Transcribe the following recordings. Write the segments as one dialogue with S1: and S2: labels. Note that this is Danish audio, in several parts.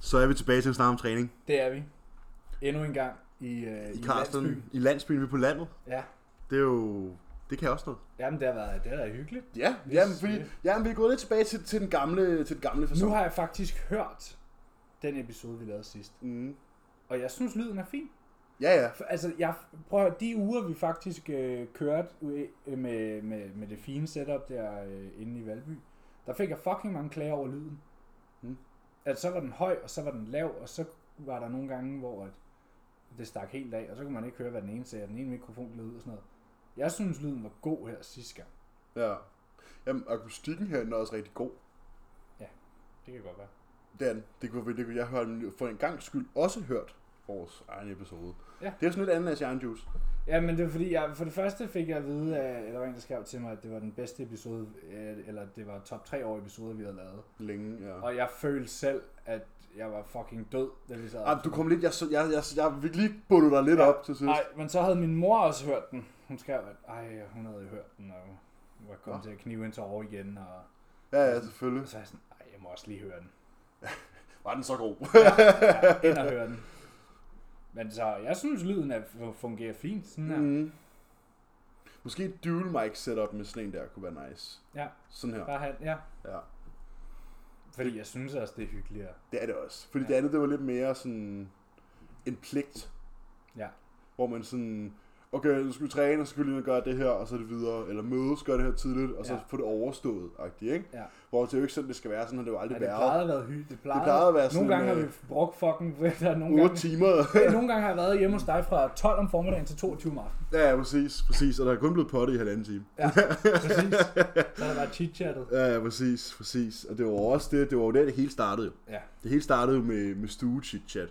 S1: Så er vi tilbage til en snak om træning.
S2: Det er vi. Endnu en gang i, øh,
S1: I Karsten,
S2: landsbyen.
S1: i landsbyen, vi er på landet.
S2: Ja.
S1: Det er jo... Det kan også noget.
S2: Jamen, det har været, det har været hyggeligt.
S3: Ja, jamen, fordi, jamen, vi er gået lidt tilbage til, til den gamle, til den gamle
S2: Nu
S3: fasong.
S2: har jeg faktisk hørt den episode, vi lavede sidst.
S3: Mm.
S2: Og jeg synes, lyden er fin.
S3: Ja, ja.
S2: For, altså, jeg, prøv at høre, de uger, vi faktisk øh, kørte ude- øh, med, med, med det fine setup der øh, inde i Valby, der fik jeg fucking mange klager over lyden. Hm?
S3: Mm.
S2: At så var den høj, og så var den lav, og så var der nogle gange, hvor at det stak helt af, og så kunne man ikke høre, hvad den ene sagde, og den ene mikrofon lød ud og sådan noget. Jeg synes, lyden var god her sidste gang.
S3: ja. Jamen, akustikken herinde er også rigtig god.
S2: Det kan godt være.
S3: Det er den. Det kunne, det kunne jeg høre, for en gang skyld også hørt vores egen episode.
S2: Ja.
S3: Det er sådan lidt andet af Sjern Juice.
S2: Ja, men det var fordi, jeg, for det første fik jeg at vide, at der var en, der skrev til mig, at det var den bedste episode, øh, eller det var top 3 over episode, vi havde lavet.
S3: Længe, ja.
S2: Og jeg følte selv, at jeg var fucking død, da vi sad.
S3: Ej, Ah, du kom lidt, jeg, så- jeg, jeg, jeg fik lige bundet dig lidt
S2: Ja.
S3: ja. op til sidst.
S2: Nej, men så havde min mor også hørt den. Hun skrev, at ej, hun havde hørt den, og var kommet
S3: Nå.
S2: til at knive en tårer igen. Og,
S3: Ja, ja, selvfølgelig.
S2: og så er jeg sådan, ej, jeg må også lige høre den.
S3: Var den så god?
S2: Ja, ind og høre den. Men så, jeg synes, lyden er, fungerer fint. Sådan her.
S3: Mm. Måske et dual mic setup med sådan en der kunne være nice.
S2: Ja,
S3: Sådan her.
S2: bare have, ja.
S3: Ja.
S2: Fordi jeg synes også, det er hyggeligere.
S3: Det er det også. Fordi
S2: Ja.
S3: ja. det andet, det var lidt mere sådan en pligt.
S2: Ja.
S3: Hvor man sådan, okay, nu skal vi træne, og så skal vi lige ned og gøre det her, og så er det videre. Eller mødes, gør det her tidligt, og så
S2: Ja.
S3: ja. få det overstået, agtigt, ikke?
S2: Ja.
S3: Hvor det er jo ikke sådan, det skal være, sådan har det jo
S2: Ja,
S3: aldrig
S2: det
S3: været.
S2: plejede at være hyggeligt. Det plejede,
S3: Det plejede at være
S2: Nogle
S3: sådan,
S2: gange har vi
S3: øh,
S2: brugt fucking... Der er
S3: 8
S2: nogle, gange,
S3: timer.
S2: nogle gange har jeg været hjemme hos dig fra 12 om formiddagen til 22 om aftenen.
S3: ja, ja, præcis, præcis. Og der er kun blevet pottet i halvanden time.
S2: Ja, præcis. Så har der bare chit-chattet.
S3: Ja, ja, præcis, præcis. Og det var jo også det, det var jo der, det hele startede. jo.
S2: Ja.
S3: Det hele startede jo med, med stue chit-chat.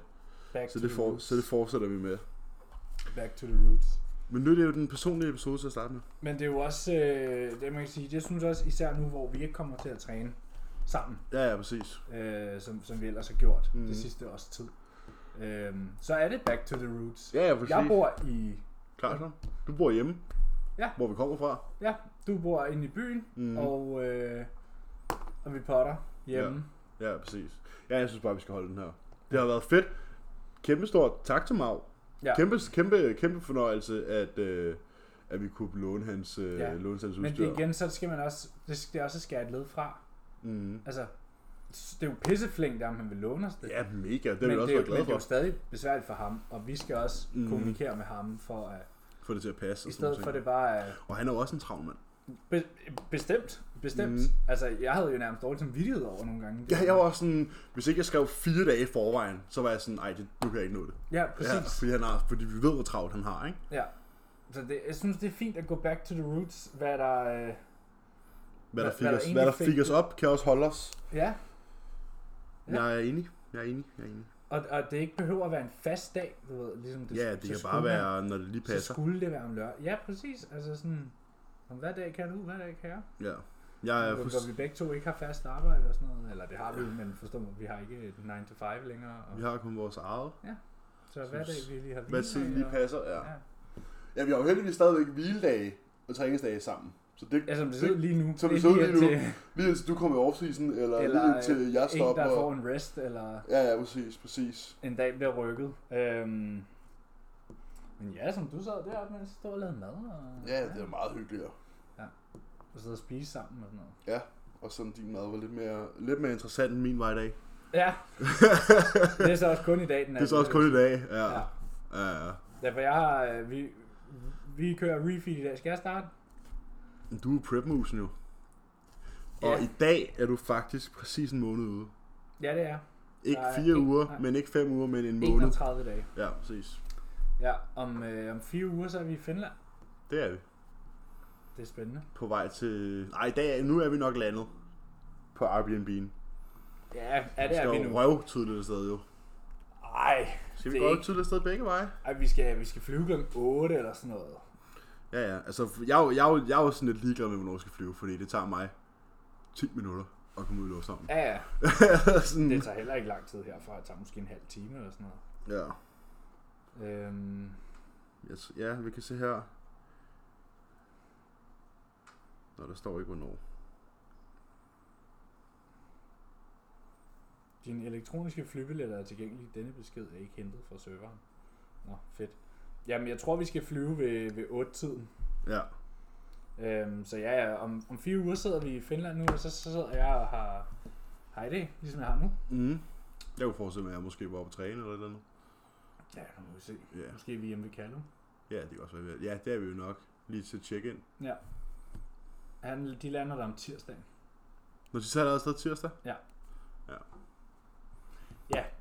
S2: Back
S3: Så
S2: to
S3: det,
S2: the
S3: for,
S2: roots.
S3: så det fortsætter vi med.
S2: Back to the roots.
S3: Men nu er det jo den personlige episode til at starte med.
S2: Men det er jo også, øh, det man kan sige, det synes jeg også, især nu, hvor vi ikke kommer til at træne sammen,
S3: Ja, ja, præcis.
S2: øh, som, som vi ellers har gjort mm.
S3: Mhm.
S2: det sidste års tid, øh, så er det back to the roots.
S3: Ja, ja, præcis.
S2: Jeg bor i,
S3: Klar, du bor hjemme.
S2: Ja.
S3: Hvor vi kommer fra.
S2: ja, du bor inde i byen, mm.
S3: Mhm.
S2: og, øh, og vi potter hjemme. Ja.
S3: Ja, præcis. Ja, jeg synes bare, vi skal holde den her. Det har været fedt. Kæmpe stort tak til Mav.
S2: Ja.
S3: Ja. Kæmpe, kæmpe, kæmpe fornøjelse, at, øh, at vi kunne låne hans, øh,
S2: Ja.
S3: ja. låne hans
S2: Men
S3: udstyr.
S2: det igen, så skal man også, det skal det er også at skære et led fra.
S3: Mm.
S2: Altså, det er jo pisseflink, der man vil låne os det.
S3: Ja, mega. Det
S2: men
S3: har vi
S2: det,
S3: også været
S2: er, jo- men
S3: glade
S2: det er jo
S3: for.
S2: stadig besværligt for ham, og vi skal også mm.
S3: Mhm.
S2: kommunikere med ham for at,
S3: Få det til at passe.
S2: i
S3: og sådan
S2: stedet for
S3: nogle
S2: det bare er
S3: ting. Og han er jo også en travl mand.
S2: Be- bestemt, bestemt. Mm.
S3: Mhm.
S2: Altså, jeg havde jo nærmest dårlig samvittighed over nogle gange.
S3: Ja, jeg var også sådan, hvis ikke jeg skrev fire dage i forvejen, så var jeg sådan, nej, det, nu kan jeg ikke nå det.
S2: Ja,
S3: Ja,
S2: præcis.
S3: fordi, han har, fordi vi ved, hvor travlt han har, ikke?
S2: Ja. Så det, jeg synes, det er fint at gå back to the roots, hvad der... Øh,
S3: Hvad,
S2: Hvad-
S3: der fik,
S2: hvad der
S3: os,
S2: egentlig
S3: hvad der
S2: fik
S3: fik
S2: det.
S3: os op, kan også holde os.
S2: ja, Ja.
S3: Ja. Jeg er enig. Jeg er enig. Jeg er enig.
S2: og, og det ikke behøver at være en fast dag, du ved, ligesom det
S3: Ja, det
S2: så
S3: kan
S2: skulle
S3: bare
S2: man-
S3: være, når det lige
S2: Så
S3: passer.
S2: skulle det være om lørdag. Ja, præcis. Altså sådan, om hver dag kan du, hver dag kan jeg.
S3: Ja. Jeg er
S2: Hvor-
S3: fuldst...
S2: Hvor vi begge to ikke har fast arbejde og sådan noget. Eller det har vi, men forstår mig, vi har ikke et 9 to 5 længere. Og,
S3: Vi har kun vores eget.
S2: Så hver dag vi lige har
S3: Hvad
S2: hviledag,
S3: tiden lige
S2: og-
S3: passer, ja.
S2: Ja.
S3: Ja, vi har jo heldigvis stadigvæk hviledage og træningsdage sammen. Så det,
S2: Ja, som det ser ud lige nu.
S3: Som det
S2: er
S3: ser ud lige nu.
S2: indtil-
S3: lige indtil du kommer i offseason, eller, eller lige indtil
S2: øh,
S3: jeg stopper.
S2: En, der får en rest, eller
S3: Ja, ja, præcis, præcis.
S2: en dag bliver rykket. Øhm, men ja, som du sad deroppe, mens jeg stod og lavede mad, og,
S3: Ja, det er meget hyggeligere.
S2: og sad og spise sammen og sådan noget.
S3: Og sådan din mad var lidt mere, lidt mere interessant end min var i dag.
S2: Ja, det er så også kun i dag, den
S3: Det er så også kun i dag. Ja.
S2: Ja.
S3: Ja. ja.
S2: Derfor jeg har, øh, vi, vi kører refeed i dag. Skal jeg starte?
S3: Men Du er prepmusen jo. Og
S2: Ja.
S3: i dag er du faktisk præcis en måned ude.
S2: Ja, det er.
S3: Ikke
S2: Nej,
S3: fire
S2: ikke-
S3: uger,
S2: nej.
S3: men ikke fem uger, men en måned.
S2: 31 dage.
S3: Ja, præcis.
S2: Ja, om, øh, om fire uger, så er vi i Finland.
S3: Det er vi.
S2: Det er spændende.
S3: På vej til... Nej, i dag, nu er vi nok landet på Airbnb'en.
S2: Ja, ja det er vi nu.
S3: røv tidligt et sted, jo.
S2: Ej,
S3: Skal vi
S2: Det er
S3: gå
S2: ikke-
S3: tidligt et sted begge veje?
S2: ej, vi skal, vi skal flyve kl. 8 eller sådan noget.
S3: Ja, ja. Altså, jeg, er jo- jeg, er jo- jeg er jo sådan lidt ligeglad med, hvornår jeg skal flyve, fordi det tager mig 10 minutter at komme ud i lufthavnen.
S2: Ja, ja.
S3: sådan,
S2: Det tager heller ikke lang tid herfra. Det tager måske en halv time eller sådan noget.
S3: ja.
S2: Øhm,
S3: Jeg t- ja, vi kan se her. Nå, der står ikke, hvornår.
S2: Dine elektroniske flybilletter er tilgængelige. Denne besked er ikke hentet fra serveren. Nå, fedt. Jamen, jeg tror, vi skal flyve ved, ved 8-tiden.
S3: Ja.
S2: Øhm, så ja, ja, om, om fire uger sidder vi i Finland nu, og så, så sidder jeg og har, har idé, ligesom jeg har nu.
S3: Mm. Jeg kunne forestille mig, at jeg måske var oppe at træne eller et eller andet.
S2: Ja, nu må vi se.
S3: Ja.
S2: Måske er vi hjemme ved Callum.
S3: Ja, det kan også være. Ja, det er vi jo nok. Lige til check-in.
S2: Ja. Han, de lander der om tirsdagen.
S3: Når de tager afsted tirsdag.
S2: Ja,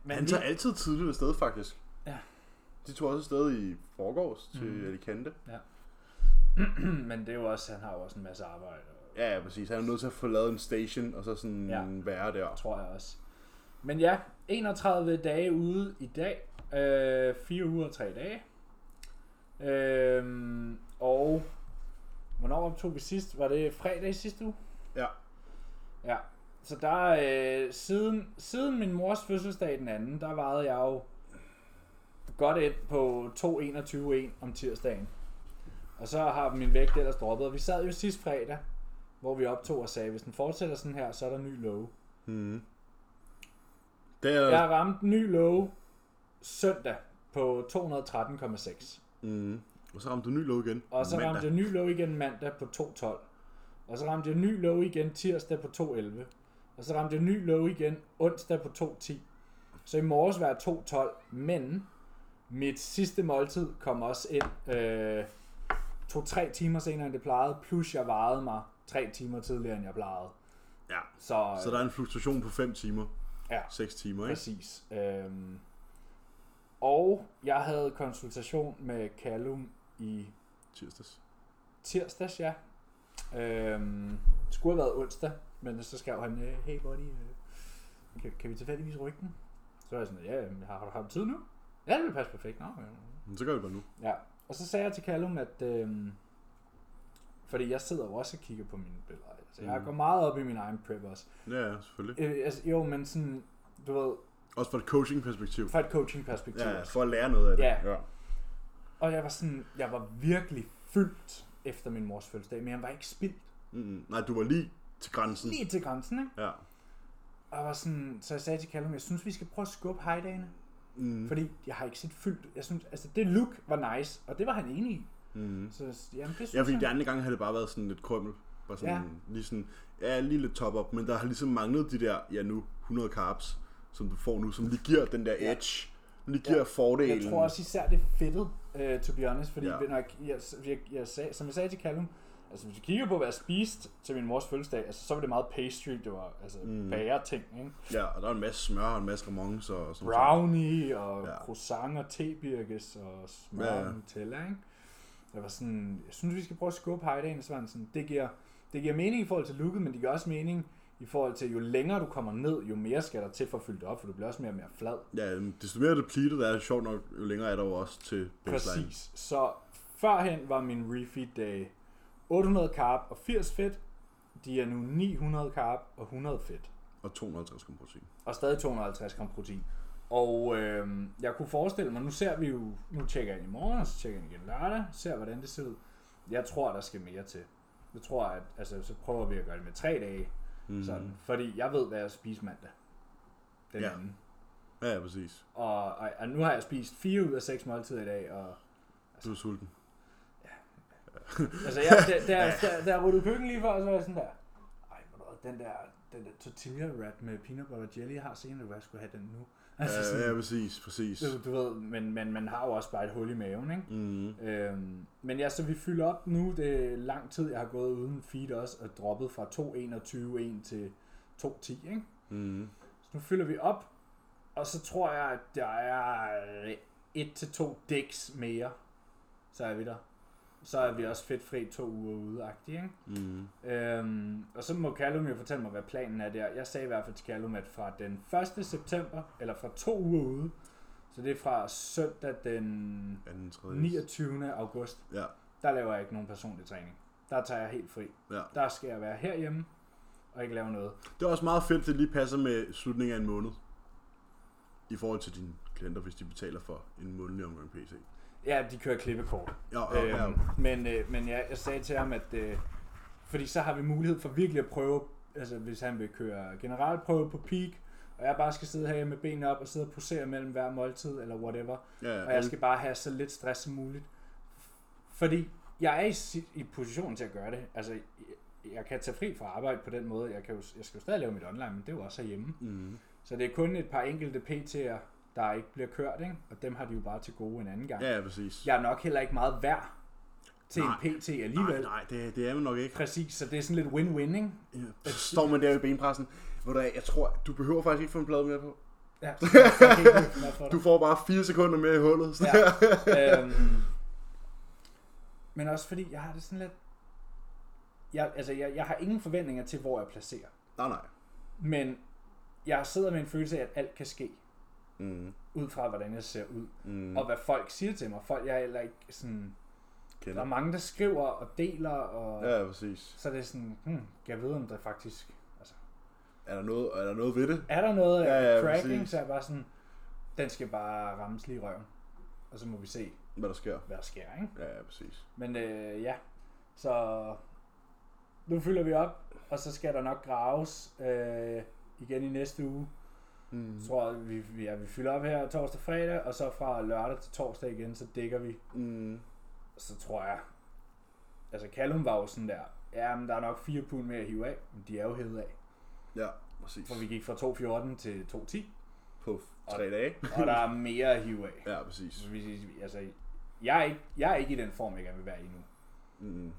S3: Men
S2: men
S3: han
S2: vi,
S3: tager altid tidligt afsted, faktisk.
S2: Ja.
S3: De tog også afsted i forgårs til
S2: Mhm.
S3: mm. Alicante.
S2: men det er jo også, han har jo også en masse arbejde. Og,
S3: Ja, ja, præcis. Han er nødt til at få lavet en station, og så sådan
S2: Ja.
S3: ja. være der.
S2: tror jeg også. Men ja, 31 dage ude i dag. Øh, 4 uger og 3 dage. Øh, og hvornår optog vi sidst? Var det fredag i sidste uge?
S3: Ja.
S2: Ja. Så der, øh, siden, siden min mors fødselsdag den anden, der varede jeg jo godt ind på 2.21.1 om tirsdagen. Og så har min vægt ellers droppet. Og vi sad jo sidst fredag, hvor vi optog og sagde, hvis den fortsætter sådan her, så er der ny love.
S3: Mm. Det er...
S2: Jeg ramte ny low søndag på 213,6.
S3: Mm. Og så ramte du ny lov igen.
S2: Og så
S3: Mandag.
S2: ramte jeg ny low igen mandag på 212. Og så ramte jeg ny low igen tirsdag på 211. Og så ramte jeg ny low igen onsdag på 210. Så i morges var jeg 212, men mit sidste måltid kom også ind øh, to-tre timer senere end det plejede, plus jeg varede mig tre timer tidligere end jeg plejede.
S3: Ja.
S2: Så,
S3: Så der er en fluktuation på 5 timer.
S2: Ja.
S3: 6 timer, ikke?
S2: Præcis. Øhm, og jeg havde konsultation med Callum i
S3: Tirsdags.
S2: tirsdags, ja. Øhm, det skulle have været onsdag, men så skrev han, øh, hey buddy, øh, kan, kan vi tilfældigvis rykke den? Så var jeg sådan, ja, men har, har du haft tid nu? Ja, det vil passe perfekt. Nå, ja.
S3: Men så gør vi det bare nu.
S2: Ja, og så sagde jeg til Callum, at... Øhm, fordi jeg sidder jo også og kigger på mine billeder. Altså, jeg
S3: Mhm.
S2: går meget op i min egen prep også.
S3: Ja, ja, selvfølgelig.
S2: Øh, altså, jo, men sådan, du ved,
S3: Også fra et coaching-perspektiv.
S2: fra et coaching-perspektiv.
S3: Ja, ja, for at lære noget af det.
S2: Ja.
S3: ja.
S2: Og jeg var sådan, jeg var virkelig fyldt efter min mors fødselsdag, men jeg var ikke spildt
S3: Mm-mm. Nej, du var lige til grænsen.
S2: lige til grænsen, ikke?
S3: Ja.
S2: Og jeg var sådan, så jeg sagde til Callum, jeg synes, vi skal prøve at skubbe hejdagene,
S3: Mm.
S2: fordi jeg har ikke set fyldt. Jeg synes, altså det look var nice, og det var han enig i.
S3: Mm.
S2: Så jamen, det synes
S3: Ja, fordi
S2: jeg.
S3: de andre gange havde det bare været sådan lidt krømmel. Bare sådan, ja. lige sådan, ja, lige lidt top up, men der har ligesom manglet de der, ja nu, 100 carbs, som du får nu, som lige giver den der edge, lige giver ja.
S2: Ja.
S3: fordelen.
S2: Jeg tror også især det fedtede, uh, to be honest, fordi
S3: Ja.
S2: ja. når jeg, jeg, jeg, jeg sagde, som jeg sagde til Callum, altså hvis vi kigger på, hvad jeg spiste til min mors fødselsdag, altså, så var det meget pastry, det var altså mm. bager ting, ikke?
S3: Ja, og der er en masse smør og en masse remonce og sådan noget.
S2: brownie og ja.
S3: Ja.
S2: croissant og tebirkes og smør
S3: Ja,
S2: ja,
S3: ja.
S2: ja. Nutella, ikke? Jeg var sådan, jeg synes, vi skal prøve at skubbe hejdagen, og så var han sådan, det giver, det giver mening i forhold til looket, men det giver også mening i forhold til, jo længere du kommer ned, jo mere skal der til for at fylde det op, for du bliver også mere og mere flad.
S3: Ja, øhm, desto mere depleted er det sjovt nok, jo længere er der jo også til baseline.
S2: Præcis. Så førhen var min refeed day 800 carb og 80 fedt. De er nu 900 carb og 100 fedt.
S3: Og 250 gram protein.
S2: og stadig 250 gram protein. Og øh, jeg kunne forestille mig, nu ser vi jo, nu tjekker jeg ind i morgen, og så tjekker jeg ind igen lørdag, ser hvordan det ser ud. Jeg tror, der skal mere til. Jeg tror, at altså, så prøver vi at gøre det med tre dage, mm. sådan, fordi jeg ved, hvad jeg spiser mandag. Den ja.
S3: Ja.
S2: anden.
S3: Ja, ja, præcis.
S2: Og, og, og, nu har jeg spist fire ud af seks måltider i dag, og
S3: Du er sulten.
S2: altså, jeg, da, da, da, da jeg rullede i køkken lige før, så var jeg sådan der, ej, ved du hvad, den der, den der tortilla wrap med peanut butter jelly, jeg har senere, hvor jeg skulle have den nu. Altså, sådan,
S3: Ja, ja, præcis, præcis.
S2: Du, du ved, men, men man har jo også bare et hul i maven, ikke?
S3: Mm.
S2: Øhm, men ja, så vi fylder op nu. Det er lang tid, jeg har gået uden feed også, og droppet fra 2.21.1 til 2.10, ikke?
S3: Mm.
S2: Så nu fylder vi op, og så tror jeg, at der er øh, et til to dæks mere, så er vi der. Så er vi også fedtfri to uger ude, ikke?
S3: Mm.
S2: Øhm, og så må Callum jo fortælle mig, hvad planen er der. Jeg sagde i hvert fald til Callum, at fra den 1. september, eller fra to uger ude, så det er fra søndag den
S3: Anden, tredje.
S2: 29. august,
S3: Ja,
S2: der laver jeg ikke nogen personlig træning. Der tager jeg helt fri.
S3: ja.
S2: Der skal jeg være herhjemme og ikke lave noget.
S3: Det er også meget fedt, det lige passer med slutningen af en måned. I forhold til dine klienter, hvis de betaler for en månedlig omgang PC.
S2: Ja, de kører klippekort.
S3: Ja, ja, ja.
S2: Øhm, men øh, men jeg, jeg sagde til ham, at øh, fordi så har vi mulighed for virkelig at prøve, altså hvis han vil køre generalprøve på peak, og jeg bare skal sidde her med benene op og sidde og posere mellem hver måltid eller whatever,
S3: Ja,
S2: og jeg skal bare have så lidt stress som muligt. Fordi jeg er i, si- i position til at gøre det. Altså, jeg- jeg kan tage fri fra arbejde på den måde. Jeg, kan jo, jeg skal jo stadig lave mit online, men det er jo også herhjemme.
S3: Mm.
S2: Så det er kun et par enkelte PT'er, der ikke bliver kørt, ikke? og dem har de jo bare til gode en anden gang.
S3: ja, ja, præcis.
S2: Jeg er nok heller ikke meget værd til
S3: Nej.
S2: en PT alligevel.
S3: nej, nej, det, det er man nok ikke.
S2: Præcis, så det er sådan lidt win-win, ikke?
S3: Ja. Så står man der ved benpressen. Ved du hvad, jeg tror, du behøver faktisk ikke få en plade mere på.
S2: Ja, så jeg kan ikke løfte noget for dig.
S3: Du får bare 4 sekunder mere i hullet. Så.
S2: Ja. øhm, men også fordi, jeg har det sådan lidt... Jeg, altså, jeg, jeg har ingen forventninger til, hvor jeg placerer.
S3: Nej, nej.
S2: Men jeg sidder med en følelse af, at alt kan ske,
S3: Mm.
S2: ud fra hvordan jeg ser ud.
S3: Mm.
S2: Mm. Og hvad folk siger til mig. Folk, jeg heller ikke sådan... Der er
S3: Kender.
S2: mange, der skriver og deler, og ja.
S3: Ja, præcis.
S2: så er det sådan, hmm, kan jeg vide, om det faktisk... Altså,
S3: Er der noget, er der noget ved det?
S2: er der noget
S3: Ja,
S2: ja,
S3: ja,
S2: ja, cracking,
S3: præcis.
S2: så er jeg bare sådan, den skal bare rammes lige i røven. Og så må vi se,
S3: Hvad der sker?
S2: hvad der sker, ikke?
S3: Ja, ja, præcis.
S2: Men øh, ja, så nu fylder vi op, og så skal der nok graves øh, igen i næste uge.
S3: Mm.
S2: Jeg tror, vi, vi- ja, vi fylder op her torsdag og fredag, og så fra lørdag til torsdag igen, så dækker vi.
S3: Mm.
S2: Så tror jeg, altså Callum var jo sådan der, ja, men der er nok fire pund mere at hive af, men de er jo hævet af.
S3: Ja, præcis.
S2: For vi gik fra 2.14 til 2.10,
S3: På tre dage.
S2: og der er mere at hive af.
S3: Ja, præcis.
S2: Så vi- vi- altså, jeg er, ikke, jeg er ikke i den form, jeg gerne vil være i nu.
S3: Mm.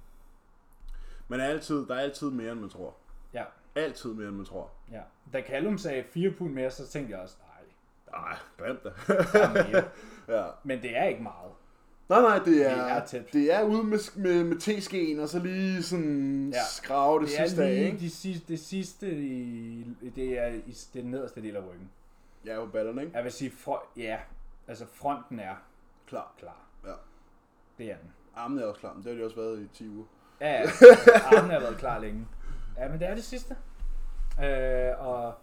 S3: Men er altid, der er altid mere, end man tror.
S2: Ja,
S3: Altid mere, end man tror.
S2: ja. Da Callum sagde 4 pund mere, så tænkte jeg også, nej,
S3: Nej, grimt da.
S2: der er mere.
S3: ja.
S2: Men det er ikke meget.
S3: Nej, nej, det er,
S2: Det er tæt.
S3: det er ude med, med, med teskeen, og så lige sådan ja.
S2: Ja.
S3: skrave det,
S2: Det
S3: det
S2: er
S3: sidste af,
S2: lige
S3: ikke?
S2: de sidste, det sidste i, det er i den nederste del af ryggen.
S3: Ja, på ballerne, ikke?
S2: Jeg vil sige, fro- ja, altså fronten er
S3: Klar.
S2: klar.
S3: Ja.
S2: Det er den.
S3: Armen er også klar, men det har de også været i 10 uger.
S2: Ja, ja. armen har været klar længe. Ja, men det er det sidste. Øh, og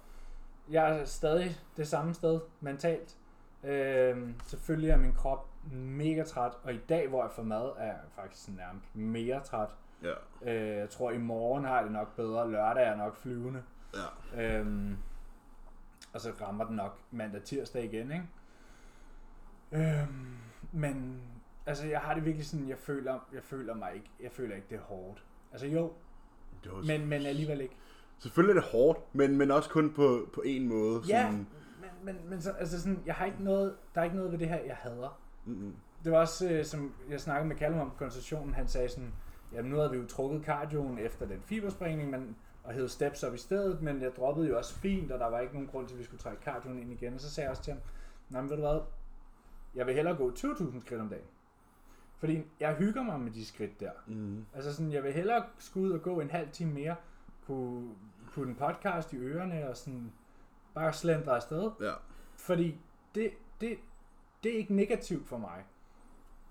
S2: jeg er stadig det samme sted mentalt. Øh, selvfølgelig er min krop mega træt, og i dag, hvor jeg får mad, er jeg faktisk sådan nærmest mere træt.
S3: Ja,
S2: Øh, jeg tror, i morgen har jeg det nok bedre. Lørdag er jeg nok flyvende.
S3: ja.
S2: Øhm, og så rammer den nok mandag tirsdag igen, ikke? Øhm, men altså, jeg har det virkelig sådan, jeg føler, jeg føler mig ikke, jeg føler ikke det er hårdt. Altså jo,
S3: Det var
S2: men, men alligevel ikke.
S3: Selvfølgelig er det hårdt, men, men også kun på, på en måde.
S2: Ja,
S3: Sådan,
S2: men, men, men så, altså sådan, jeg har ikke noget, der er ikke noget ved det her, jeg hader.
S3: mm,
S2: Det var også, øh, som jeg snakkede med Callum om på konsultationen, han sagde sådan, jamen nu havde vi jo trukket cardioen efter den fiberspringning, men, og hed steps op i stedet, men jeg droppede jo også fint, og der var ikke nogen grund til, at vi skulle trække cardioen ind igen. Og så sagde jeg også til ham, nej, men ved du hvad, jeg vil hellere gå 20.000 skridt om dagen. Fordi jeg hygger mig med de skridt der.
S3: mm,
S2: Altså sådan, jeg vil hellere skulle ud og gå en halv time mere, kunne, kunne en podcast i ørerne og sådan bare slendre afsted.
S3: ja.
S2: Fordi det, det, det er ikke negativt for mig.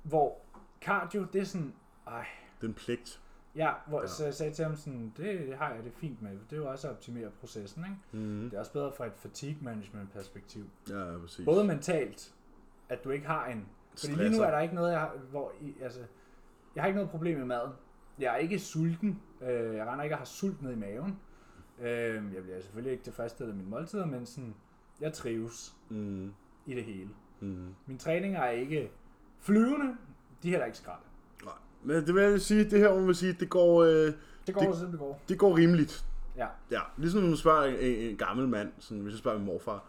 S2: Hvor cardio, det er sådan, ej,
S3: Det er en pligt.
S2: ja, hvor
S3: Ja.
S2: ja. Så jeg sagde til ham sådan, det har jeg det fint med. Det er jo også at optimere processen, ikke?
S3: Mm.
S2: Det er også bedre fra et fatigue management perspektiv.
S3: Ja, ja, præcis.
S2: Både mentalt, at du ikke har en. Fordi lige nu
S3: Stresser.
S2: er der ikke noget, jeg har, hvor, I, altså, jeg har ikke noget problem med maden. Jeg er ikke sulten. Øh, jeg render ikke og har sult ned i maven. Øh, jeg bliver selvfølgelig ikke tilfredsstillet af mine måltider, men sådan, jeg trives
S3: Mm,
S2: i det hele.
S3: mm.
S2: Min træninger er ikke flyvende, de er heller ikke skralde.
S3: Nej. Men det vil jeg sige, det her, må man sige, det går, øh,
S2: Det går
S3: Det-
S2: det... siden det går.
S3: det går rimeligt.
S2: Ja.
S3: Ja, ligesom når man spørger en, en, en gammel mand, sådan, hvis jeg spørger min morfar,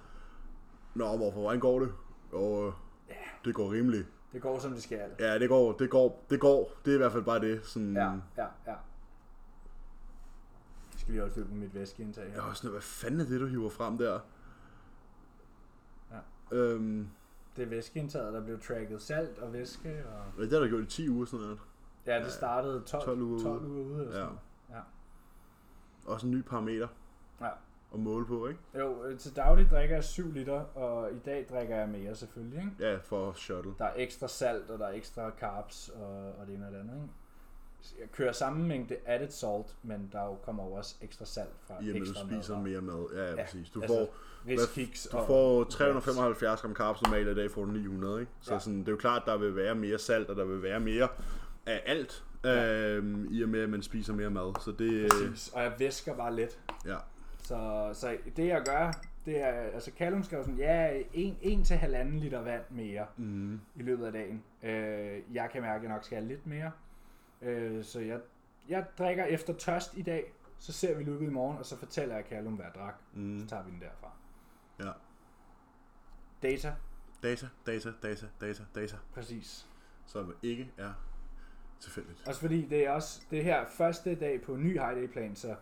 S3: Nå, morfar, hvordan går det? Jo, øh, det går rimeligt.
S2: Det går som det skal.
S3: Ja, det går, det går, det går. Det er i hvert fald bare det. Sådan,
S2: Ja, ja, ja. Jeg skal lige holde styr på mit væskeindtag
S3: Jeg
S2: her.
S3: var sådan, hvad fanden er det, du hiver frem der?
S2: Ja.
S3: Øhm,
S2: Det er væskeindtaget, der blev tracket salt og væske. Og...
S3: ja, det har du gjort i 10 uger, sådan noget.
S2: Ja, det startede 12,
S3: 12
S2: 12
S3: uger
S2: uger,
S3: ude.
S2: 12 uger ude. Og
S3: Ja.
S2: sådan. Ja.
S3: Også en ny parameter
S2: ja.
S3: at måle på, ikke?
S2: Jo, øh, til daglig drikker jeg 7 liter, og i dag drikker jeg mere selvfølgelig. Ikke?
S3: Ja, for shuttle.
S2: Der er ekstra salt, og der er ekstra carbs, og, og det ene og det andet. Ikke? Så Jeg kører samme mængde added salt, men der jo kommer jo også ekstra salt fra
S3: I og med, du
S2: ekstra
S3: spiser
S2: madvarer.
S3: mere mad. Ja, ja,
S2: Ja,
S3: præcis. Du
S2: altså,
S3: får,
S2: Riskiks
S3: du
S2: og...
S3: får 375 gram carbs normalt, og i dag får du 900, ikke? Så
S2: Ja.
S3: sådan, det er jo klart, at der vil være mere salt, og der vil være mere af alt, øhm, i og med, at man spiser mere mad. Så det... øh,
S2: Præcis, og jeg væsker bare lidt.
S3: Ja.
S2: Så, så det jeg gør, det Det er, altså Callum skrev sådan, ja, en, en til halvanden liter vand mere
S3: Mm-hmm.
S2: mm. i løbet af dagen. Øh, jeg kan mærke, at jeg nok skal have lidt mere. Øh, så jeg, jeg drikker efter tørst i dag, så ser vi lykket i morgen, og så fortæller jeg Callum, hvad jeg drak.
S3: Mm-hmm.
S2: Mm. Så tager vi den derfra.
S3: Ja.
S2: Data,
S3: Data, data, data, data, data,
S2: præcis.
S3: som ikke er tilfældigt.
S2: Også fordi det er også det her første dag på en ny high day plan, så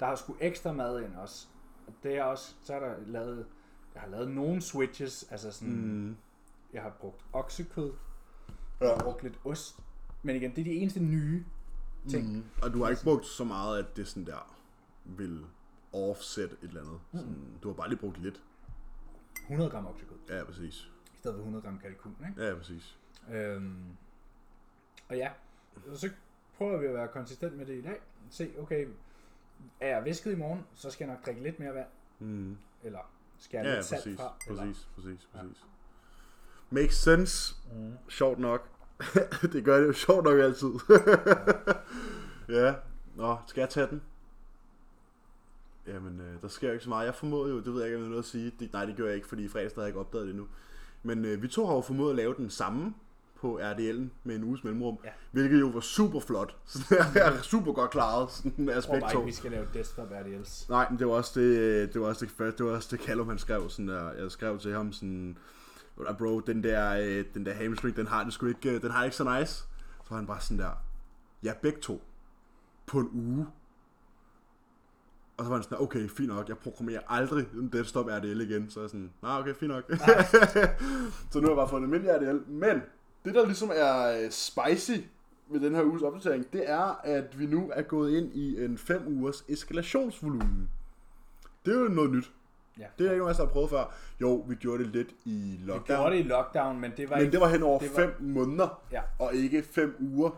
S2: der har sgu ekstra mad ind også. Og det er også, så er der lavet, jeg har lavet nogle switches, altså sådan, mm. jeg har brugt oksekød, jeg har brugt lidt ost, men igen, det er de eneste nye ting. Mm.
S3: Og du har ikke brugt så meget, at det sådan der vil offset et eller andet.
S2: Mm.
S3: Sådan, du har bare lige brugt lidt.
S2: 100 gram oksekød,
S3: Ja, præcis.
S2: i stedet for 100 gram kalkun, ikke?
S3: Ja, præcis.
S2: Øhm, og ja, så prøver vi at være konsistent med det i dag. Se, okay, er jeg væsket i morgen, så skal jeg nok drikke lidt mere vand.
S3: Mm.
S2: Eller skal jeg
S3: Ja, ja,
S2: lidt salt
S3: præcis,
S2: fra. Eller,
S3: præcis, præcis, præcis. Makes sense. Mm. Sjovt nok. det gør det jo sjovt nok altid. ja. Nå, skal jeg tage den? Jamen, øh, der sker jo ikke så meget. Jeg formåede jo, det ved jeg ikke, om jeg har noget at sige. Det, nej, det gjorde jeg ikke, fordi i fredags der havde jeg ikke opdaget det endnu. Men øh, vi to har jo formået at lave den samme på RDL'en med en uges mellemrum,
S2: Ja.
S3: hvilket jo var super flot. Så jeg er super godt klaret, sådan
S2: jeg tror
S3: aspekt
S2: bare
S3: 2.
S2: ikke, vi skal lave desktop RDLs.
S3: Nej, men det var også det, øh, det var også det første, det var også det Callum han skrev sådan der, jeg skrev til ham sådan, "Nå, bro, den der, øh, den der hamstring, den har det sgu ikke, øh, den har det ikke så nice. Så var han bare sådan der, ja, begge to, på en uge. Og så var han sådan, der, okay, fint nok, jeg programmerer aldrig en desktop RDL igen. Så er jeg sådan, nej, okay, fint nok. så nu har jeg bare fået en almindelig RDL. Men det, der ligesom er øh, spicy ved den her uges opdatering, det er, at vi nu er gået ind i en 5 ugers eskalationsvolumen. Det er jo noget nyt.
S2: Ja.
S3: Det er der ikke nogen af os, der har prøvet før. Jo, vi gjorde det lidt i
S2: vi
S3: lockdown.
S2: gjorde det i lockdown, men det var
S3: Men
S2: ikke...
S3: det var hen over
S2: det var-
S3: 5 måneder,
S2: Ja.
S3: og ikke 5 uger.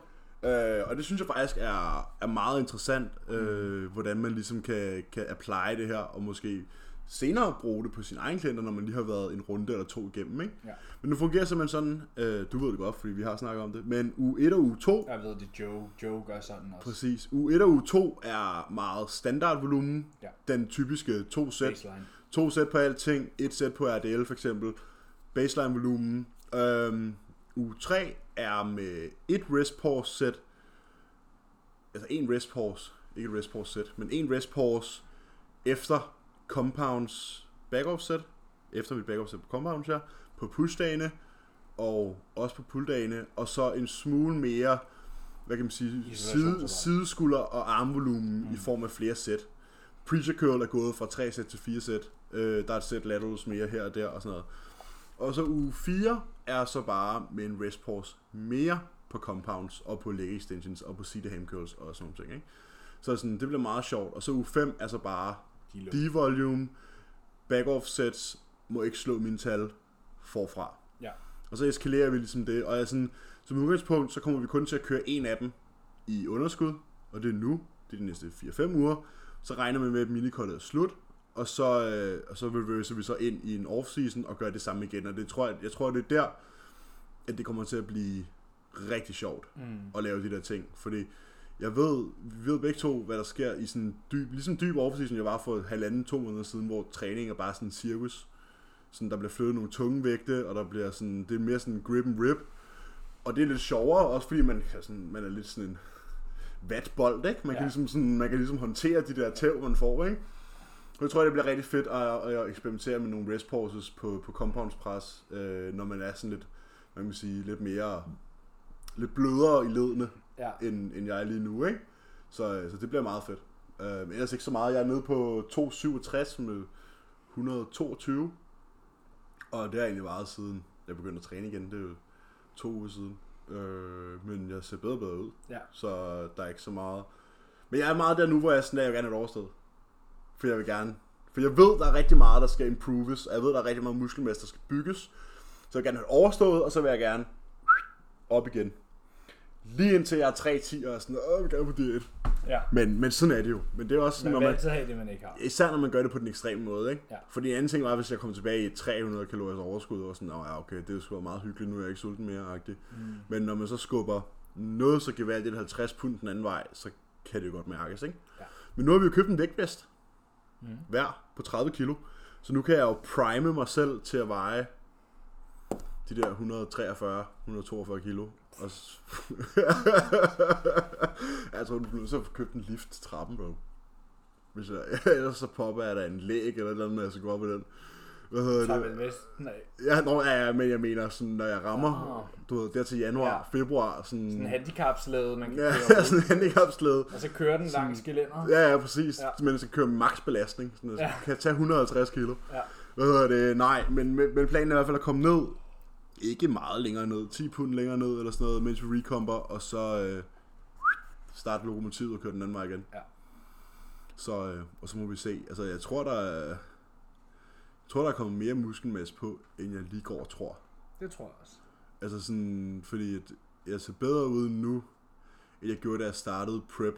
S3: Øh, og det synes jeg faktisk er, er meget interessant, øh, hvordan man ligesom kan, kan apply det her, og måske senere bruge det på sine egne klienter, når man lige har været en runde eller to igennem. Ikke?
S2: Ja.
S3: Men nu fungerer det simpelthen sådan, øh, du ved det godt, fordi vi har snakket om det, men uge 1 og uge 2,
S2: Jeg ved det, Joe. Joe gør sådan også.
S3: Præcis. Uge 1 og uge 2 er meget standardvolumen.
S2: Ja.
S3: Den typiske to sæt.
S2: Baseline.
S3: To sæt på alting, et sæt på RDL for eksempel. Baseline volumen. Øhm, uge 3 er med et rest pause sæt. Altså en rest pause. Ikke et rest pause sæt, men en rest pause efter compounds backoff sæt. Efter mit backoff sæt på compounds her. På push-dagene og også på pull-dagene. Og så en smule mere hvad kan man sige, side,
S2: Isolationsarbejde.
S3: sideskulder og armvolumen mm. i form af flere sæt. Preacher curl er gået fra 3 sæt til 4 sæt. Øh, der er et sæt laterals mere her og der og sådan noget. Og så uge 4 er så bare med en rest pause mere på compounds og på leg extensions og på seated ham curls og sådan nogle ting. Ikke? Så sådan, det bliver meget sjovt. Og så uge 5 er så bare
S2: Kilo.
S3: D-volume, back off sets, må ikke slå mine tal forfra.
S2: Ja.
S3: Og så eskalerer vi ligesom det, og jeg er sådan, som udgangspunkt, så kommer vi kun til at køre en af dem i underskud, og det er nu, det er de næste 4-5 uger, så regner vi med, at minikoldet er slut, og så, øh, og så reverser vi så ind i en off-season og gør det samme igen, og det tror jeg, jeg tror, det er der, at det kommer til at blive rigtig sjovt mm. at lave de der ting, fordi jeg ved, vi ved begge to, hvad der sker i sådan en dyb, ligesom dyb off-season, jeg var for halvanden, to måneder siden, hvor træning er bare sådan en cirkus, sådan, der bliver flyttet nogle tunge vægte, og der bliver sådan, det er mere sådan grip and rip. Og det er lidt sjovere, også fordi man, kan sådan, man er lidt sådan en vatbold, ikke? Man, ja.
S2: Ja.
S3: kan ligesom sådan, man kan ligesom håndtere de der tæv, man får, ikke? Og jeg tror, det bliver rigtig fedt at, at eksperimentere med nogle rest pauses på, på compounds pres, øh, når man er sådan lidt, man kan sige, lidt mere, lidt blødere i ledene,
S2: Ja.
S3: end, end jeg er lige nu, ikke? Så, så det bliver meget fedt. Øh, men ellers ikke så meget. Jeg er nede på 267 med 122. Og det har egentlig varet siden jeg begyndte at træne igen. Det er jo to uger siden. Øh, men jeg ser bedre og bedre ud.
S2: Ja.
S3: Så der er ikke så meget. Men jeg er meget der nu, hvor jeg er sådan, at jeg vil gerne have et overstået. For jeg vil gerne. For jeg ved, der er rigtig meget, der skal improves. Og jeg ved, der er rigtig meget muskelmasse, der skal bygges. Så jeg vil gerne have det overstået, og så vil jeg gerne op igen. Lige indtil jeg er 3 10 og er sådan, åh, jeg vil gerne på diæt.
S2: ja.
S3: Men, men sådan er det jo. Men det er også sådan,
S2: Man
S3: når
S2: vil
S3: man,
S2: altid have det, man ikke har.
S3: især når man gør det på den ekstreme måde, ikke?
S2: Ja.
S3: Fordi en anden ting var, hvis jeg kom tilbage i et 300 kaloriers overskud, og sådan, "Nå ja, okay, det er sgu meget hyggeligt, nu er jeg ikke sulten mere, agtig. Mm. Men når man så skubber noget så gevaldigt 50 pund den anden vej, så kan det jo godt mærkes, ikke?
S2: Ja.
S3: Men nu har vi jo købt en vægtvest, mm. hver på 30 kilo, Så nu kan jeg jo prime mig selv til at veje de der 143, 142 kilo. Og s- Altså, jeg tror, du bliver nødt til at købe en lift til trappen, bro. Hvis jeg, ellers så popper jeg da en læg eller et eller andet, når jeg skal gå op ad den. Hvad hedder
S2: Tager
S3: det?
S2: vel vesten af.
S3: Ja, nå, ja, ja, men jeg mener, sådan, når jeg rammer, du ved, der til januar,
S2: Ah. Ja.
S3: ja. februar, sådan...
S2: En handicapslæde, man kan
S3: ja,
S2: køre rundt.
S3: sådan en handicapslæde.
S2: Og så kører den langs gelænder.
S3: Ja, ja, præcis.
S2: Ja.
S3: Ja. Men jeg skal køre maksbelastning. Sådan, altså,
S2: Ja.
S3: ja. kan jeg tage 150 kilo?
S2: Ja.
S3: Hvad hedder det? Nej, men, men men planen er i hvert fald at komme ned. Ikke meget længere ned. 10 pund længere ned, eller sådan noget, mens vi recomper, og så øh, starte lokomotivet og køre den anden vej igen.
S2: Ja.
S3: Så, øh, og så må vi se. Altså, jeg tror, der er, jeg tror, der er kommet mere muskelmasse på, end jeg lige går og tror.
S2: Det tror jeg også.
S3: Altså sådan, fordi at jeg ser bedre ud nu, end jeg gjorde, da jeg startede prep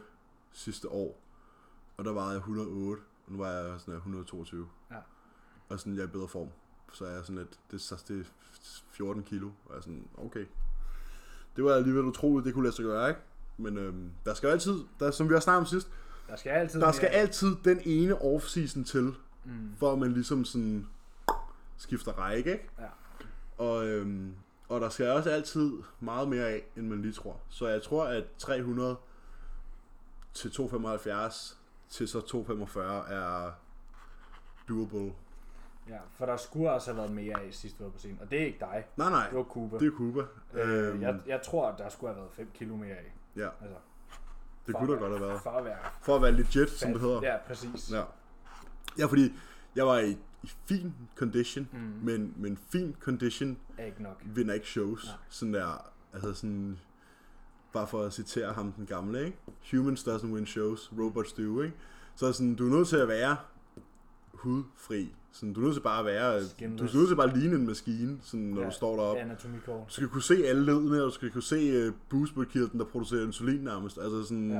S3: sidste år. Og der var jeg 108, og nu var jeg sådan her 122.
S2: Ja.
S3: Og sådan, jeg er i bedre form. Så er jeg sådan, at det, så- det er 14 kilo, og jeg er sådan, okay. Det var alligevel utroligt, det kunne lade sig gøre, ikke? Men øhm, der skal jo altid, der, som vi også snakkede om sidst,
S2: Der skal altid
S3: der skal
S2: mere.
S3: altid den ene off-season til, mm. for at man ligesom sådan skifter række, ikke?
S2: Ja.
S3: Og, øhm, og der skal også altid meget mere af, end man lige tror. Så jeg tror, at 300 til 275 til så 245 er doable.
S2: Ja, for der skulle altså have været mere af sidst, vi var på scenen. Og det er ikke dig.
S3: Nej, nej,
S2: Det var Cuba.
S3: det er Cuba.
S2: øh,
S3: Øhm,
S2: jeg, jeg tror, at der skulle have været 5 kilo mere af.
S3: ja,
S2: Altså,
S3: det
S2: for
S3: kunne
S2: at
S3: da godt
S2: være-
S3: have været.
S2: For at være
S3: For at være legit, som det hedder.
S2: Ja, præcis.
S3: Ja. Ja, fordi jeg var i, i fin condition, mm. men, men fin condition
S2: Er ikke nok.
S3: vinder ikke shows.
S2: Nej.
S3: Sådan der, altså sådan, bare for at citere ham den gamle, ikke? Humans doesn't win shows, robots do, ikke? Så sådan, du er nødt til at være hudfri. Sådan, du er nødt til bare at være, du
S2: Skinless.
S3: er nødt til bare at ligne en maskine, sådan, når
S2: Ja,
S3: du står deroppe.
S2: Anatomikår.
S3: Du skal kunne se alle ledene, og du skal kunne se uh, boostbodkirtlen, der producerer insulin nærmest. Altså sådan,
S2: Ja.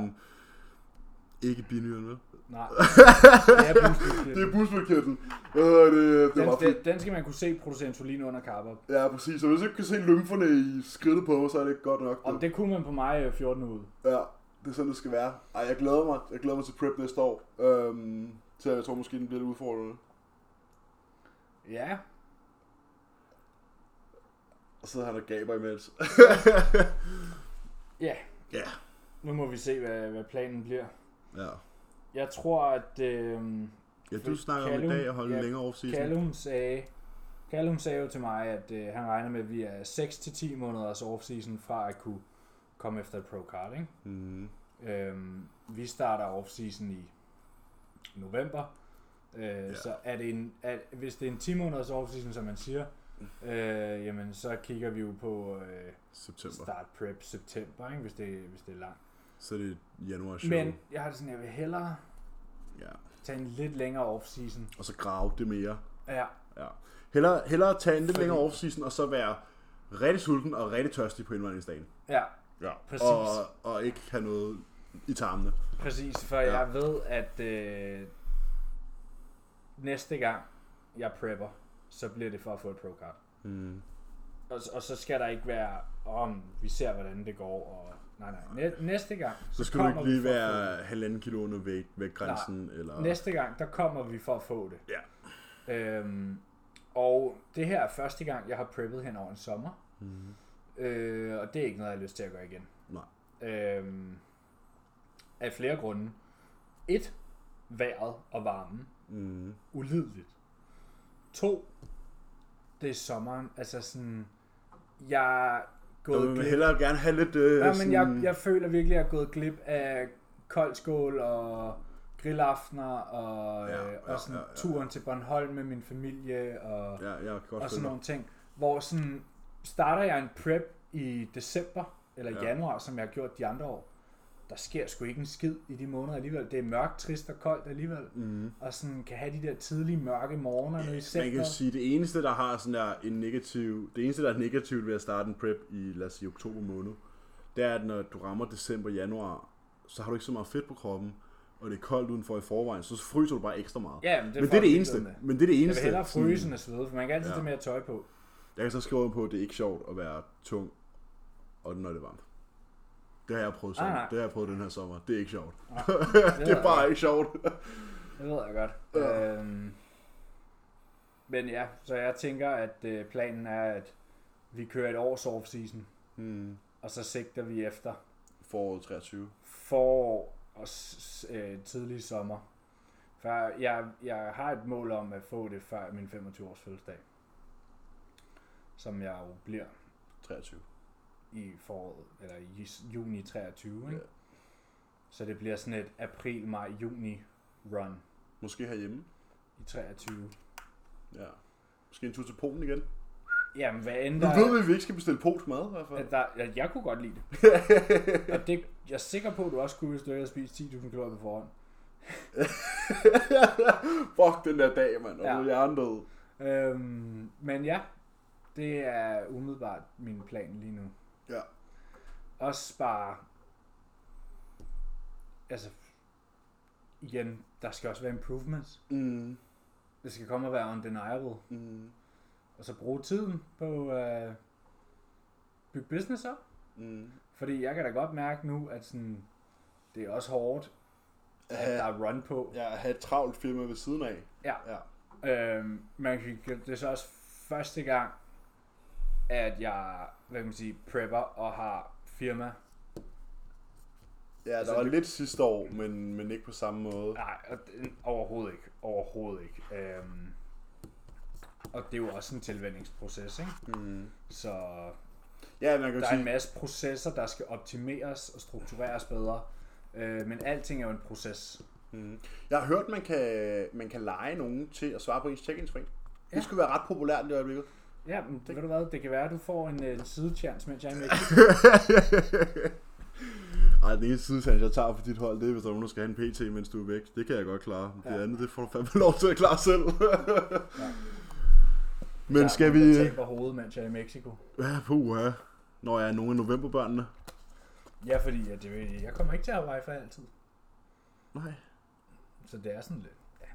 S3: ja. ikke binyren, vel?
S2: Nej. Det er
S3: Det
S2: bugspytkirtlen.
S3: er boostbodkirtlen. Øh, det, det er
S2: den,
S3: meget fedt.
S2: den, den, skal man kunne se producere insulin under kapper.
S3: Ja, præcis. Og hvis jeg ikke kan se lymferne i skridtet på mig, så er det ikke godt nok.
S2: Om det kunne man på mig øh, 14 ude.
S3: Ja, det er sådan, det skal være. Ej, jeg glæder mig. Jeg glæder mig til prep næste år. Øhm, så jeg tror måske, den bliver lidt udfordrende.
S2: Ja,
S3: Og så sidder han og gaber imens.
S2: ja.
S3: ja.
S2: Nu må vi se, hvad, hvad planen bliver.
S3: Ja.
S2: Jeg tror, at øh,
S3: Ja, du snakker om i
S2: Callum-
S3: dag at holde
S2: ja,
S3: ja, længere off-season.
S2: Callum sagde, Callum sagde jo til mig, at øh, han regner med, at vi er 6-10 måneders off-season fra at kunne komme efter et pro-card. Ikke?
S3: Mm.
S2: Øhm, vi starter off-season i november. Øh, ja. Så er det en, er, hvis det er en 10 måneders off-season, som man siger, øh, jamen så kigger vi jo på øh,
S3: September.
S2: start prep september, ikke? Hvis, det, hvis det er langt.
S3: Så er det januar show.
S2: Men jeg har det sådan, jeg vil hellere
S3: Ja.
S2: tage en lidt længere off-season.
S3: Og så grave det mere.
S2: Ja,
S3: Ja. Hellere, hellere tage en lidt
S2: Fordi-
S3: længere off-season, og så være rigtig sulten og rigtig tørstig på indvandringsdagen.
S2: ja,
S3: Ja.
S2: Præcis.
S3: Og, og ikke have noget i tarmene.
S2: Præcis, for ja.
S3: Ja.
S2: jeg ved, at øh, næste gang jeg prepper, så bliver det for at få et pro-card.
S3: Mm.
S2: Og, og så skal der ikke være, om vi ser, hvordan det går. Og, nej, nej. Næ- næste gang,
S3: Så skal du
S2: kommer
S3: ikke lige
S2: vi for at få
S3: være halvanden kilo under vægt, vægtgrænsen, eller...
S2: det. Næste gang, der kommer vi for at få det.
S3: Ja.
S2: Øhm, og det her er første gang, jeg har preppet hen over en sommer.
S3: Mm-hmm.
S2: Mm. Øh, og det er ikke noget, jeg har lyst til at gøre igen.
S3: Nej.
S2: Øhm, af flere grunde. Et, vejret og varmen.
S3: Mm.
S2: ulideligt. To, det er sommeren. Altså sådan, jeg er
S3: Jeg
S2: gået
S3: vil
S2: glip.
S3: hellere gerne have lidt... Øh,
S2: Ja, men
S3: sådan,
S2: jeg, jeg føler virkelig, at jeg er gået glip af koldskål og grillaftener og,
S3: Ja,
S2: ja,
S3: ja,
S2: øh, og sådan ja,
S3: ja,
S2: ja,
S3: ja.
S2: turen til Bornholm med min familie og, ja,
S3: Ja, jeg kan godt
S2: og sådan
S3: følge dig.
S2: nogle ting. Hvor sådan, starter jeg en prep i december eller ja.
S3: Ja.
S2: januar, som jeg har gjort de andre år, der sker sgu ikke en skid i de måneder alligevel. Det er mørkt, trist og koldt alligevel
S3: Mm.
S2: og sådan kan have de der tidlige mørke morgener nede i
S3: Man kan
S2: centret.
S3: sige, det eneste, der har sådan der en negativ... Det eneste, der er negativt ved at starte en prep i, lad os sige, oktober måned, det er, at når du rammer december, januar, så har du ikke så meget fedt på kroppen, og det er koldt udenfor i forvejen, så fryser du bare ekstra meget.
S2: Ja, men det
S3: men
S2: er,
S3: det er
S2: folk
S3: det
S2: ligeglade
S3: eneste.
S2: Med.
S3: Men det er det
S2: Jeg vil
S3: eneste.
S2: hellere
S3: sådan-
S2: fryse end at svede, for man kan altid
S3: Ja.
S2: tage mere tøj på.
S3: Jeg kan så skrive under på, at det er ikke sjovt at være tung, og når det er varmt. Det har jeg prøvet
S2: Ah, Nej,
S3: sommer.
S2: nej.
S3: Det har jeg prøvet den her sommer. Det er ikke sjovt.
S2: Det,
S3: Det er bare ikke sjovt.
S2: Det ved jeg godt. Øhm, Men ja, så jeg tænker, at øh, planen er, at vi kører et års off-season,
S3: Hmm.
S2: og så sigter vi efter
S3: Foråret 23.
S2: forår og s- s- øh, tidlig sommer. For jeg, jeg har et mål om at få det før min 25-års fødselsdag. Som jeg jo bliver
S3: 23.
S2: i foråret, eller i s- juni 23. Ikke?
S3: Ja.
S2: Så det bliver sådan et april, maj, juni run
S3: Måske herhjemme.
S2: i 23.
S3: Ja. Måske en tur til Polen igen.
S2: Jamen, hvad end
S3: Nu
S2: der...
S3: ved vi, at vi ikke skal bestille polsk mad i hvert fald.
S2: At der, jeg, jeg kunne godt lide det. og det, jeg er sikker på, at du også kunne, hvis du ikke havde spist 10.000 kalorier på forhånd.
S3: Fuck den der dag, mand. Og
S2: Ja.
S3: nu er hjernen død.
S2: Øhm, men ja, det er umiddelbart min plan lige nu.
S3: Ja.
S2: Også bare... Altså... Igen, der skal også være improvements.
S3: Mm.
S2: Det skal komme og være undeniable.
S3: Mm.
S2: Og så bruge tiden på at øh, bygge business op.
S3: Mm.
S2: Fordi jeg kan da godt mærke nu, at sådan, det er også hårdt, at
S3: Aha.
S2: der er run på.
S3: Ja, at have et travlt firma ved siden af.
S2: Ja.
S3: Ja.
S2: Øhm, man kan, det er så også første gang, at jeg, hvad kan man sige, prepper og har firma.
S3: Ja, der
S2: Altså,
S3: var
S2: det-
S3: lidt sidste år, men, men ikke på samme måde.
S2: Nej, og det- overhovedet ikke. Overhovedet ikke. Øhm, og det er jo også en tilvændingsproces, ikke?
S3: Mm.
S2: Så
S3: Ja, man kan jo
S2: der er en
S3: sige,
S2: masse processer, der skal optimeres og struktureres bedre. Øh, men alting er jo en proces.
S3: mm. jeg har hørt, man kan, man kan lege nogen til at svare på ens check in
S2: Ja.
S3: Det skulle være ret populært i øjeblikket.
S2: Ja, men det, ved du hvad, det kan være, at du får en, øh, en sidechance, mens jeg er i Mexico.
S3: Ej, den eneste side, jeg tager for dit hold, det er, hvis der er nogen, der skal have en PT, mens du er væk. Det kan jeg godt klare. Det
S2: Ja.
S3: andet, det får du fandme lov til at klare selv.
S2: Der
S3: Men
S2: er
S3: skal vi... øh,
S2: nogen, der taber hovedet, mens jeg er i Mexico.
S3: Ja, puha. Når jeg er nogle af novemberbørnene.
S2: Ja, fordi at det, jeg kommer ikke til at have wifi altid.
S3: Nej.
S2: Så det er sådan lidt. Ja.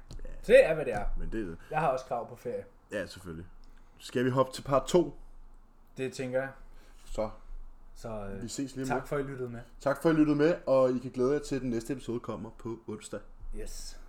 S2: Det er, hvad det er.
S3: Men det er det.
S2: Jeg har også krav på ferie.
S3: Ja, selvfølgelig. Skal vi hoppe til part 2?
S2: Det tænker jeg.
S3: Så,
S2: Så øh,
S3: vi ses lige om
S2: tak
S3: lidt.
S2: for, at I lyttede med.
S3: Tak for, at I lyttede med, og I kan glæde jer til, at den næste episode kommer på onsdag.
S2: Yes.